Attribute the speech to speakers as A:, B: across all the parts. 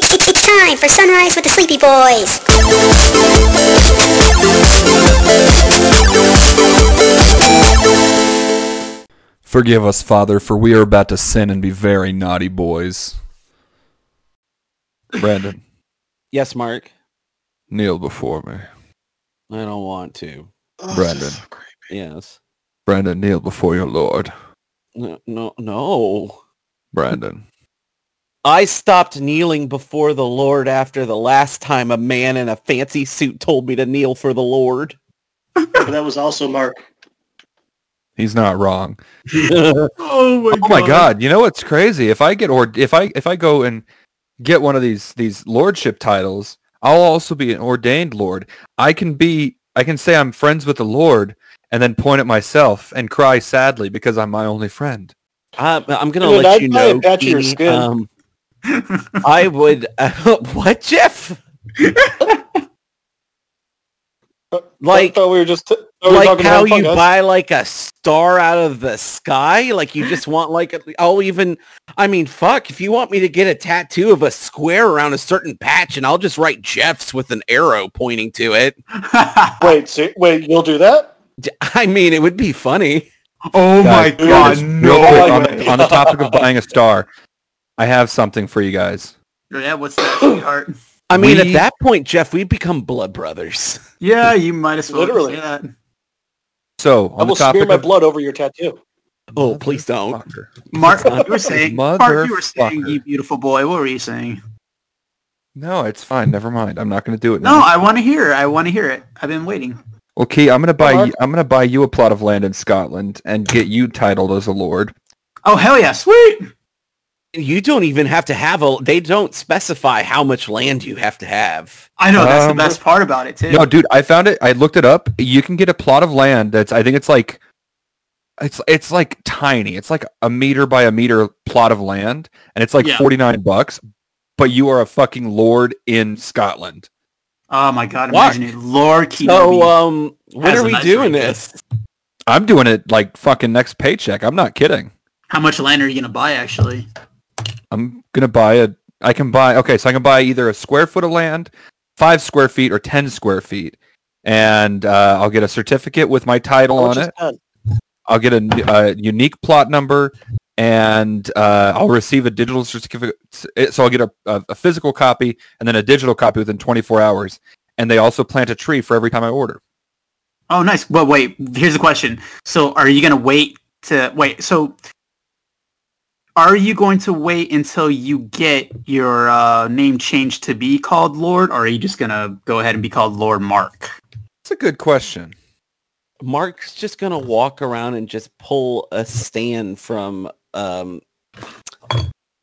A: time for Sunrise with the Sleepy Boys.
B: Forgive us, Father, for we are about to sin and be very naughty boys. Brandon,
C: Yes, Mark.
B: kneel before me.
C: I don't want to.
B: Brandon.
C: Yes.
B: Brandon, kneel before your Lord.
C: No, no, no.
B: Brandon.
C: I stopped kneeling before the Lord after the last time a man in a fancy suit told me to kneel for the Lord.
D: But that was also Mark.
B: He's not wrong.
E: Oh my,
B: Oh my God! You know what's crazy? If I get or if I if I go and get one of these these lordship titles, I'll also be an ordained lord. I can be I can say I'm friends with the Lord and then point at myself and cry sadly because I'm my only friend.
C: I, I'm gonna
D: Dude,
C: let
D: I'd
C: you
D: buy a
C: know.
D: patch of your
C: Keeney,
D: skin.
C: um, I would. what, Jeff?
D: I
C: like,
D: thought we were just t- thought we Oh, were
C: like
D: talking
C: how
D: about
C: you
D: fungus.
C: buy like a star out of the sky like you just want like a- i'll even i mean fuck if you want me to get a tattoo of a square around a certain patch and i'll just write jeff's with an arrow pointing to it
D: Wait, so, wait, you'll do that?
C: D- i mean it would be funny
E: oh my
B: Guys,
E: god,
B: real quick,
E: no.
B: on, the, on the topic of buying a star, I have something for you guys.
E: Yeah, what's that, sweetheart?
C: i mean
B: We-
C: at that point jeff we become blood brothers
E: Yeah, you might as well
D: Literally.
E: say that.
B: So on
D: I will
B: the topic
D: smear my
B: of
D: blood over your tattoo.
C: oh please don't
E: Mark, you were saying, Mark, you were saying,
B: Motherfucker.
E: you beautiful boy. What were you saying?
B: No, it's fine. Never mind. I'm not going to do it.
E: No,
B: Now.
E: I want to hear. it. I want to hear it. I've been waiting.
B: Okay, I'm going to buy.
D: Mark.
B: You, I'm going to buy you a plot of land in Scotland and get you titled as a lord.
E: Oh hell yeah, sweet.
C: you don't even have to have a they don't specify how much land you have to have
E: I know that's
B: Um,
E: the best part about it too.
B: No, dude, I found it. I looked it up. You can get a plot of land that's. I think it's like. It's it's like tiny. It's like a meter by a meter plot of land, and it's like
E: Yeah.
B: 49 bucks. But you are a fucking lord in Scotland.
E: oh my god,
C: Mark.
E: imagine it, Lord Key.
C: so um when
E: Has
C: are
E: a
C: we
E: nice
C: doing
E: range.
C: this
B: I'm doing it like fucking next paycheck. I'm not kidding.
E: How much land are you gonna buy actually?
B: I'm gonna buy a. I can buy. Okay, so I can buy either a square foot of land, five square feet, or ten square feet, and uh, I'll get a certificate with my title
D: How much
B: on
D: is
B: it.
D: ten?
B: I'll get a, n- a unique plot number, and uh, I'll receive a digital certificate. So I'll get a, a, a physical copy and then a digital copy within 24 hours. And they also plant a tree for every time I order.
E: Oh nice. But wait, here's the question. So are you gonna wait to wait? So are you going to wait until you get your uh, name changed to be called Lord, or are you just gonna go ahead and be called Lord Mark?
B: That's a good question.
C: Mark's just gonna walk around and just pull a stand from um,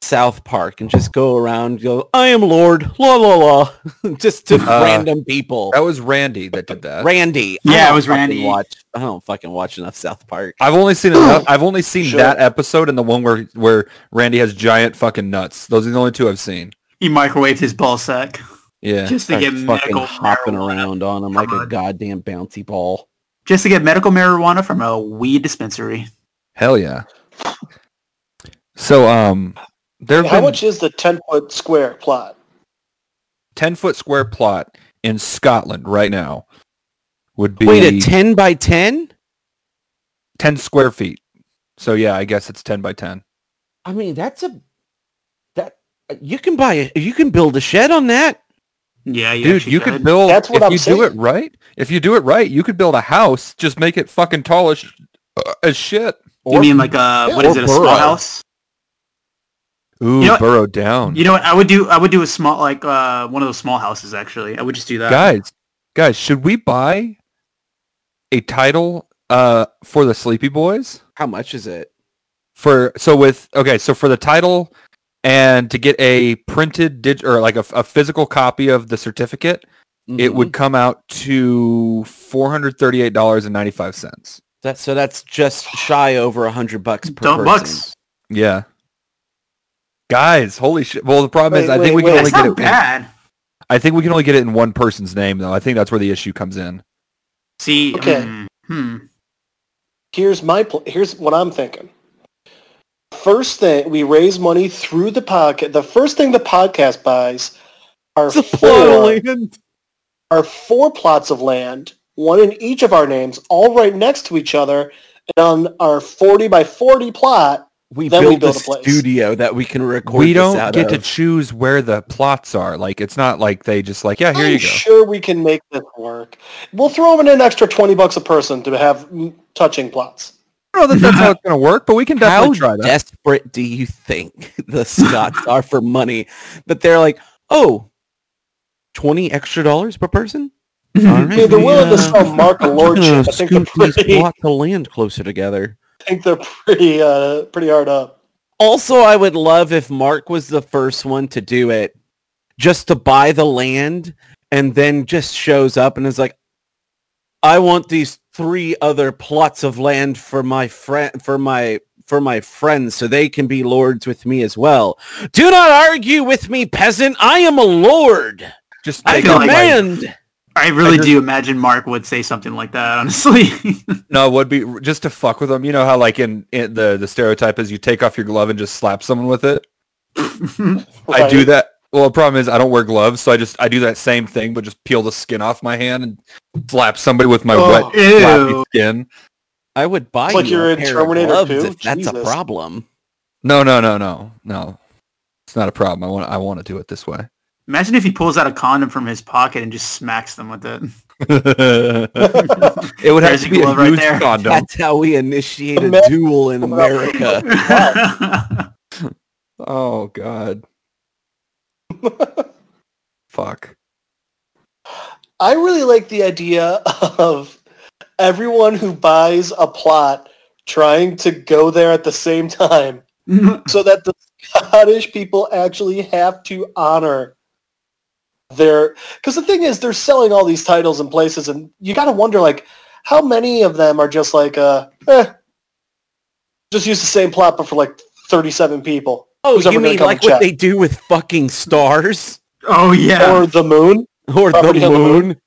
C: South Park and just go around. And go, I am Lord, la la la, just to
B: Uh,
C: random people.
B: That was Randy that did that.
C: Randy, I
E: Yeah, it
C: don't
E: was
C: fucking
E: Randy.
C: Watch, I don't fucking watch enough South Park.
B: I've only seen enough, I've only seen
D: Sure.
B: that episode and the one where where Randy has giant fucking nuts. Those are the only two I've seen.
E: He microwaved his ball sack.
B: Yeah.
E: Just to
C: Start
E: get
C: fucking
E: medical
C: hopping
E: marijuana.
C: around on him like a
E: God.
C: goddamn bouncy ball.
E: Just to get medical marijuana from a weed dispensary.
B: Hell yeah. So um there
D: How
B: have been
D: much is the ten foot square plot?
B: 10 foot square plot in Scotland right now would be
C: Wait, a ten by ten?
B: 10 square feet. So yeah, I guess it's 10 by 10.
C: I mean, that's a that you can buy. A, you can build a shed on that.
E: Yeah, you
B: Dude,
E: actually
B: you could
E: could.
B: build
D: That's what
B: if
D: I'm
B: you do
D: saying.
B: it right. If you do it right, you could build a house, just make it fucking tall as, uh, as shit.
E: you mean like a what
B: or
E: is it? A
B: burrow.
E: small house?
B: Ooh,
E: You know what-
B: burrow down.
E: You know what? I would do. I would do a small like uh, one of those small houses. Actually, I would just do that.
B: guys, guys, should we buy a title uh for the Sleepy Boys?
C: How much is it?
B: for so with okay so for the title and to get a printed dig or like a, a physical copy of the certificate it
C: Mhm.
B: would come out to $438.95
C: That so that's just shy over a hundred bucks per
E: Dumb
C: person.
E: bucks.
B: yeah guys holy shit well the problem is
D: Wait,
B: i think
D: wait,
B: we can
D: wait.
B: only
E: That's
B: get
E: not
B: it
E: bad.
B: i think we can only get it in one person's name though i think that's where the issue comes in
E: See,
D: Okay.
E: hmm, hmm.
D: Here's my pl- here's what I'm thinking. First thing we raise money through the podcast. The first thing the podcast buys Our
C: It's a plot of
D: four,
C: land.
D: our four plots of land, one in each of our names, all right next to each other, and on our forty by forty plot,
C: We
D: Then
C: build,
D: we build
C: a,
D: a place.
C: studio that we can record.
B: we
C: this
B: don't
C: out
B: get to
C: of.
B: choose where the plots are. Like it's not like they just like yeah here
D: I'm
B: you go.
D: sure we can make this work. We'll throw them in an extra twenty bucks a person to have mm, touching plots.
B: I don't know that that's how it's gonna work, but we can
C: How
B: definitely try that.
C: desperate do you think the Scots are for money that they're like, oh, 20 extra dollars per person? All right,
D: I mean, they're
C: we,
D: willing
C: uh,
D: to sell Mark a
C: uh,
D: lordship. I think they're
C: scoot these
D: pretty. I
C: plot to land closer together.
D: think they're pretty. Uh, pretty hard up.
C: Also, I would love if Mark was the first one to do it, just to buy the land and then just shows up and is like, "I want these three other plots of land for my friend, for my for my friends, so they can be lords with me as well." Do not argue with me, peasant. I am a lord.
B: Just
C: I
B: take out, like-
C: command.
E: I
B: I
E: really
B: just-
E: do imagine Mark would say something like that. Honestly,
B: No, it would be just to fuck with them. You know how like in, in the the stereotype is you take off your glove and just slap someone with it. I do
D: Right.
B: that. Well, the problem is I don't wear gloves, so I just I do that same thing, but just peel the skin off my hand and slap somebody with my
D: Oh,
B: wet
E: ew.
B: flappy skin.
C: I would buy
D: It's like
C: you
D: you're
C: a
D: in
C: pair
D: Terminator
C: of gloves
D: 2.
C: if that's a
D: Jesus.
C: problem.
B: No, no, no, no, no. It's not a problem. I want I want to do it this way.
E: Imagine if he pulls out a condom from his pocket and just smacks them with it.
B: it would have
E: There's
B: to
E: your
B: be a
E: glove right
B: used
E: there.
B: condom.
C: That's how we initiate a
D: Imagine-
C: duel in America.
B: Oh god, fuck.
D: I really like the idea of everyone who buys a plot trying to go there at the same time so that the Scottish people actually have to honor their because the thing is they're selling all these titles and places and you got to wonder like how many of them are just like uh eh, just use the same plot but for like 37 people
C: Oh,
D: Who's ever
C: you
D: gonna
C: mean
D: come
C: like
D: and
C: what
D: check?
C: they do with fucking stars
E: oh yeah.
D: or the moon
C: or the
D: Property on the moon?
C: moon?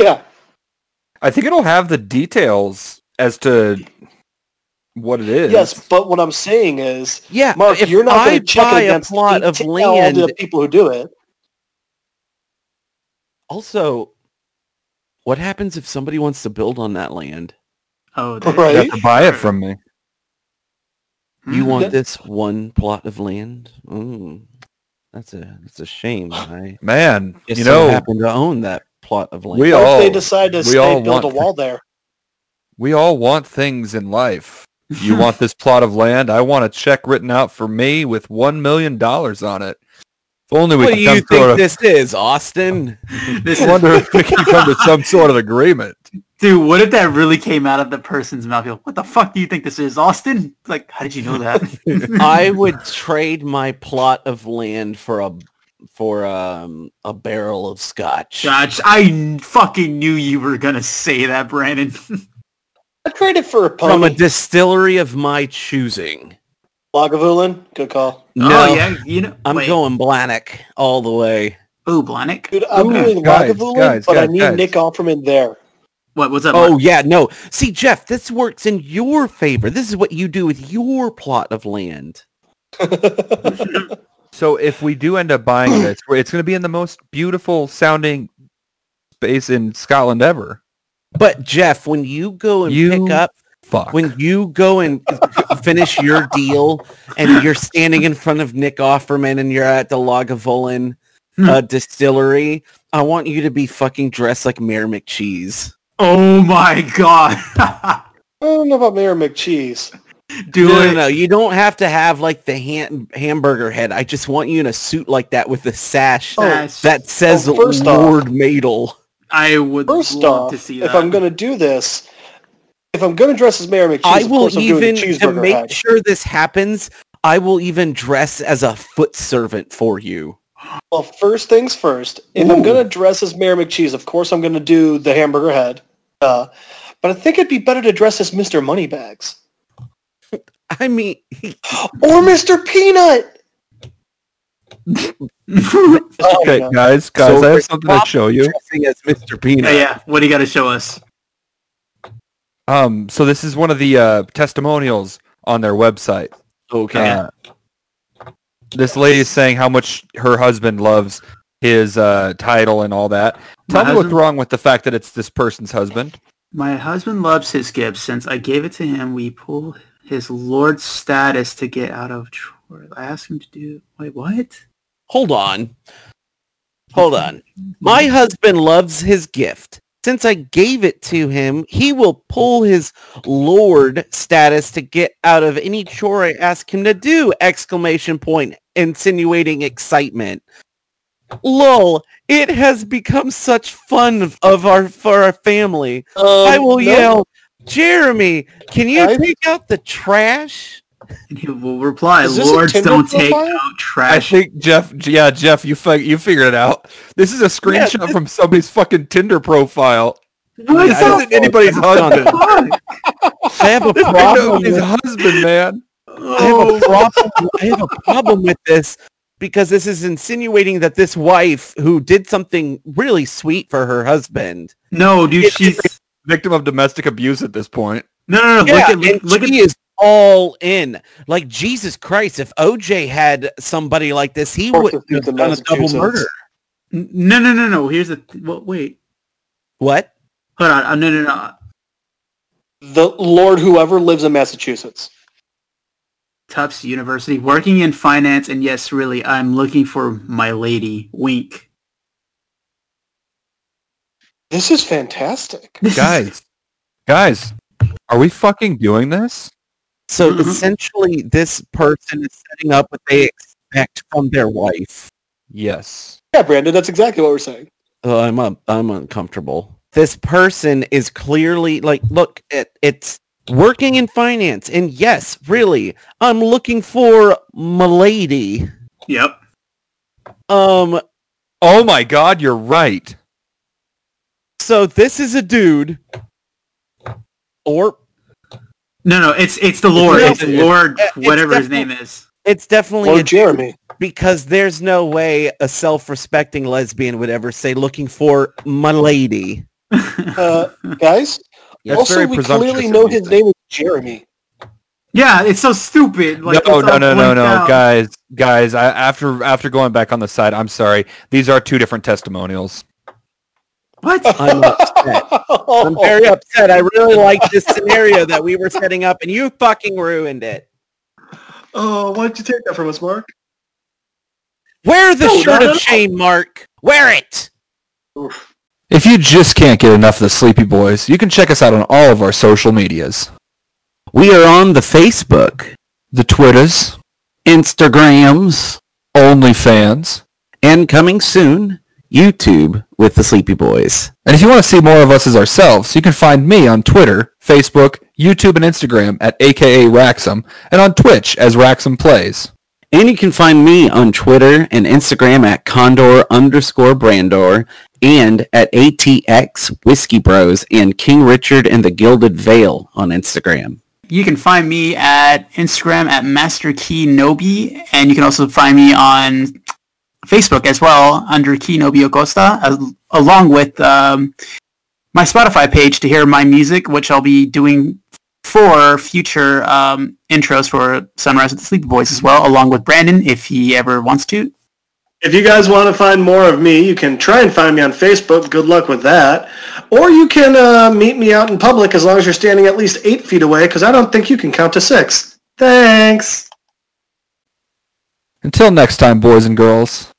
D: yeah
B: I think it'll have the details as to what it is.
D: yes but what i'm saying is
C: Yeah,
D: Mark,
C: if
D: you're not
C: I
D: going to check
C: buy
D: it
C: a
D: against
C: plot of
D: 18 all the
C: land,
D: people who do it.
C: also, what happens if somebody wants to build on that land?
E: Oh, they-
D: Right.
B: You have to buy it from me.
C: You
E: Mm.
C: want
D: That's-
C: this one plot of land? Mm, that's a that's a shame. I
B: Man,
C: just
B: you
C: so
B: know,
C: happen to own that plot of land.
B: we
D: What if
B: all
D: they decide to
B: we
D: stay,
B: all
D: build a
B: want-
D: wall there?
B: we all want things in life. You want this plot of land? I want a check written out for me with one million dollars on it. If only we
C: what
B: could
C: do
B: come
C: you
B: to a-
C: think this is, Austin?
E: This
B: I
E: is-
B: wonder if we can come to some sort of agreement.
E: Dude, what if that really came out of the person's mouth? Like, What the fuck do you think this is, Austin? Like, how did you know that?
C: I would trade my plot of land for a for um a barrel of scotch.
E: Josh, I kn- fucking knew you were gonna say that, Brandon.
D: I trade it for a
C: from a
D: pony.
C: distillery of my choosing.
D: Lagavulin, good call.
E: oh yeah, you know.
C: I'm
E: wait.
C: going Blanik all the way.
E: Ooh, Blahnik.
D: Dude, I'm
B: Ooh,
D: doing
B: guys,
D: Lagavulin,
B: guys,
D: but I
B: guys,
D: need
B: guys.
D: Nick Offerman there.
E: What? What's up?
C: Oh
E: Oh,
C: yeah, no. See, Jeff, this works in your favor. This is what you do with your plot of land.
B: So if we do end up buying this, it's going to be in the most beautiful sounding space in Scotland ever.
C: But Jeff, when you go and
B: You-
C: pick up,
B: Fuck.
C: when you go and finish your deal, and you're standing in front of Nick Offerman, and you're at the Lagavulin
E: Hmm.
C: uh, distillery, I want you to be fucking dressed like Mayor McCheese.
E: oh my god.
D: I don't know about Mayor McCheese.
E: Do
C: No,
E: it.
C: no, no. You don't have to have like the ham- hamburger head. I just want you in a suit like that with a sash
E: Oh,
C: that says
D: oh, first off-
C: Lord Madel.
E: I would
D: First
E: love
D: off,
E: to see
D: if
E: that.
D: I'm going to do this, if I'm going to dress as Mayor McCheese,
C: I
D: of
C: will
D: course I'm doing
C: even
D: the
C: to
D: cheeseburger
C: make
D: head.
C: sure this happens. I will even dress as a foot servant for you.
D: Well, first things first. If
C: Ooh.
D: I'm going to dress as Mayor McCheese, of course I'm going to do the hamburger head. Uh, but I think it'd be better to dress as Mr. Moneybags.
C: I mean,
D: Or Mr. Peanut! Oh,
B: okay,
D: no.
B: guys, guys,
C: So
B: I
C: we're
B: have something to show you.
C: dressing as Mr. Peanut.
E: yeah, yeah. What do you got to show us?
B: Um, so this is one of the uh, testimonials on their website.
C: Okay.
B: Uh, this lady is saying how much her husband loves his uh, title and all that.
E: My
B: Tell me what's
E: husband-
B: wrong with the fact that it's this person's husband.
E: My husband loves his gift. Since I gave it to him, we pull his lord status to get out of trouble. I asked him to do. Wait, what?
C: Hold on. Hold on. My husband loves his gift. Since I gave it to him, he will pull his lord status to get out of any chore I ask him to do! Exclamation point, insinuating excitement. Lol, it has become such fun of- of our for our family.
E: Um,
C: I will yell, Jeremy, can you
D: I-
C: take out the trash?
E: And he will reply,
D: Is this a
E: "Lords
D: Tinder
E: don't take
D: profile?
E: out
B: I
E: trash."
B: think Jeff. Yeah, Jeff, you fi- you figured it out. This is a screenshot
C: this-
B: from somebody's fucking Tinder profile.
E: What
B: This
E: is that?
B: isn't anybody's husband.
C: I have a
B: This is
C: problem
B: nobody's
C: with
B: husband, man.
C: I have
E: Oh.
C: a problem. I have a problem with this because this is insinuating that this wife who did something really sweet for her husband.
E: No, dude,
B: It's
E: she's
B: Victim of domestic abuse at this point.
E: no, no, no.
C: yeah,
E: look at
C: and
E: look, look
C: she
E: at
C: is all in. Like Jesus Christ, if OJ had somebody like this, he
D: Court
C: would
D: refused
C: have
D: in
C: done a double
D: Massachusetts.
C: murder.
E: no, no, no, no. Here's the th- well, wait.
C: What?
E: Hold on. Uh, no, no, no.
D: the Lord whoever lives in Massachusetts.
E: Tufts University, working in finance, and yes, really, I'm looking for my lady. Wink.
D: This is fantastic.
E: This is-
B: Guys, guys, are we fucking doing this?
C: So
E: Mhm.
C: essentially, this person is setting up what they expect from their wife.
B: Yes.
D: Yeah, Brandon, that's exactly what we're saying.
C: Oh, I'm up. I'm uncomfortable. This person is clearly like, look, it, it's working in finance, and yes, really, I'm looking for milady.
E: yep.
C: Um,
B: Oh my God, you're right.
C: so this is a dude, or
E: No, no, it's it's the Lord.
C: No,
E: It's
B: it's-
E: Lord,
C: it's
E: whatever his
C: definitely-
E: name is.
C: it's definitely a
D: Lord Jeremy.
C: because there's no way a self-respecting lesbian would ever say looking for milady.
D: Uh, guys,
B: That's
D: also
B: very
D: we
B: presumptuous
D: clearly
B: of
D: know
B: you
D: his
B: to-
D: name is Jeremy.
E: yeah, it's so stupid. Like,
B: no,
E: it's
B: no,
E: all
B: no, no,
E: blanked
B: no,
E: out.
B: guys, guys. I, after after going back on the side, I'm sorry. These are two different testimonials.
E: What?
C: I'm upset. I'm
D: Oh.
C: very upset. I really like this scenario that we were setting up, and you fucking ruined it.
D: Oh, why don't you take that from us, Mark?
C: Wear the
E: No, no,
C: shirt
E: no,
C: of
E: no.
C: shame, Mark. Wear it.
B: If you just can't get enough of the Sleepy Boys, you can check us out on all of our social medias:
C: We are on the Facebook,
B: the Twitters,
C: Instagrams,
B: OnlyFans,
C: and coming soon, YouTube with the Sleepy Boys.
B: and if you want to see more of us as ourselves, you can find me on Twitter, Facebook, YouTube, and Instagram at AKA Raxum, and on Twitch as Raxum Plays.
C: And you can find me on Twitter and Instagram at Condor underscore Brandor and at ATX Whiskey Bros and King Richard and the Gilded Veil on Instagram.
E: You can find me at Instagram at MasterKeyNobi, and you can also find me on Facebook as well under Key Nobi Acosta, as, along with um, my Spotify page to hear my music, which I'll be doing for future um, intros for Sunrise with the Sleepy Boys as well, along with Brandon if he ever wants to.
D: If you guys want to find more of me, you can try and find me on Facebook. Good luck with that. Or you can uh, meet me out in public as long as you're standing at least eight feet away, because I don't think you can count to six. Thanks.
B: Until next time, boys and girls.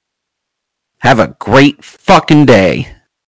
C: Have a great fucking day.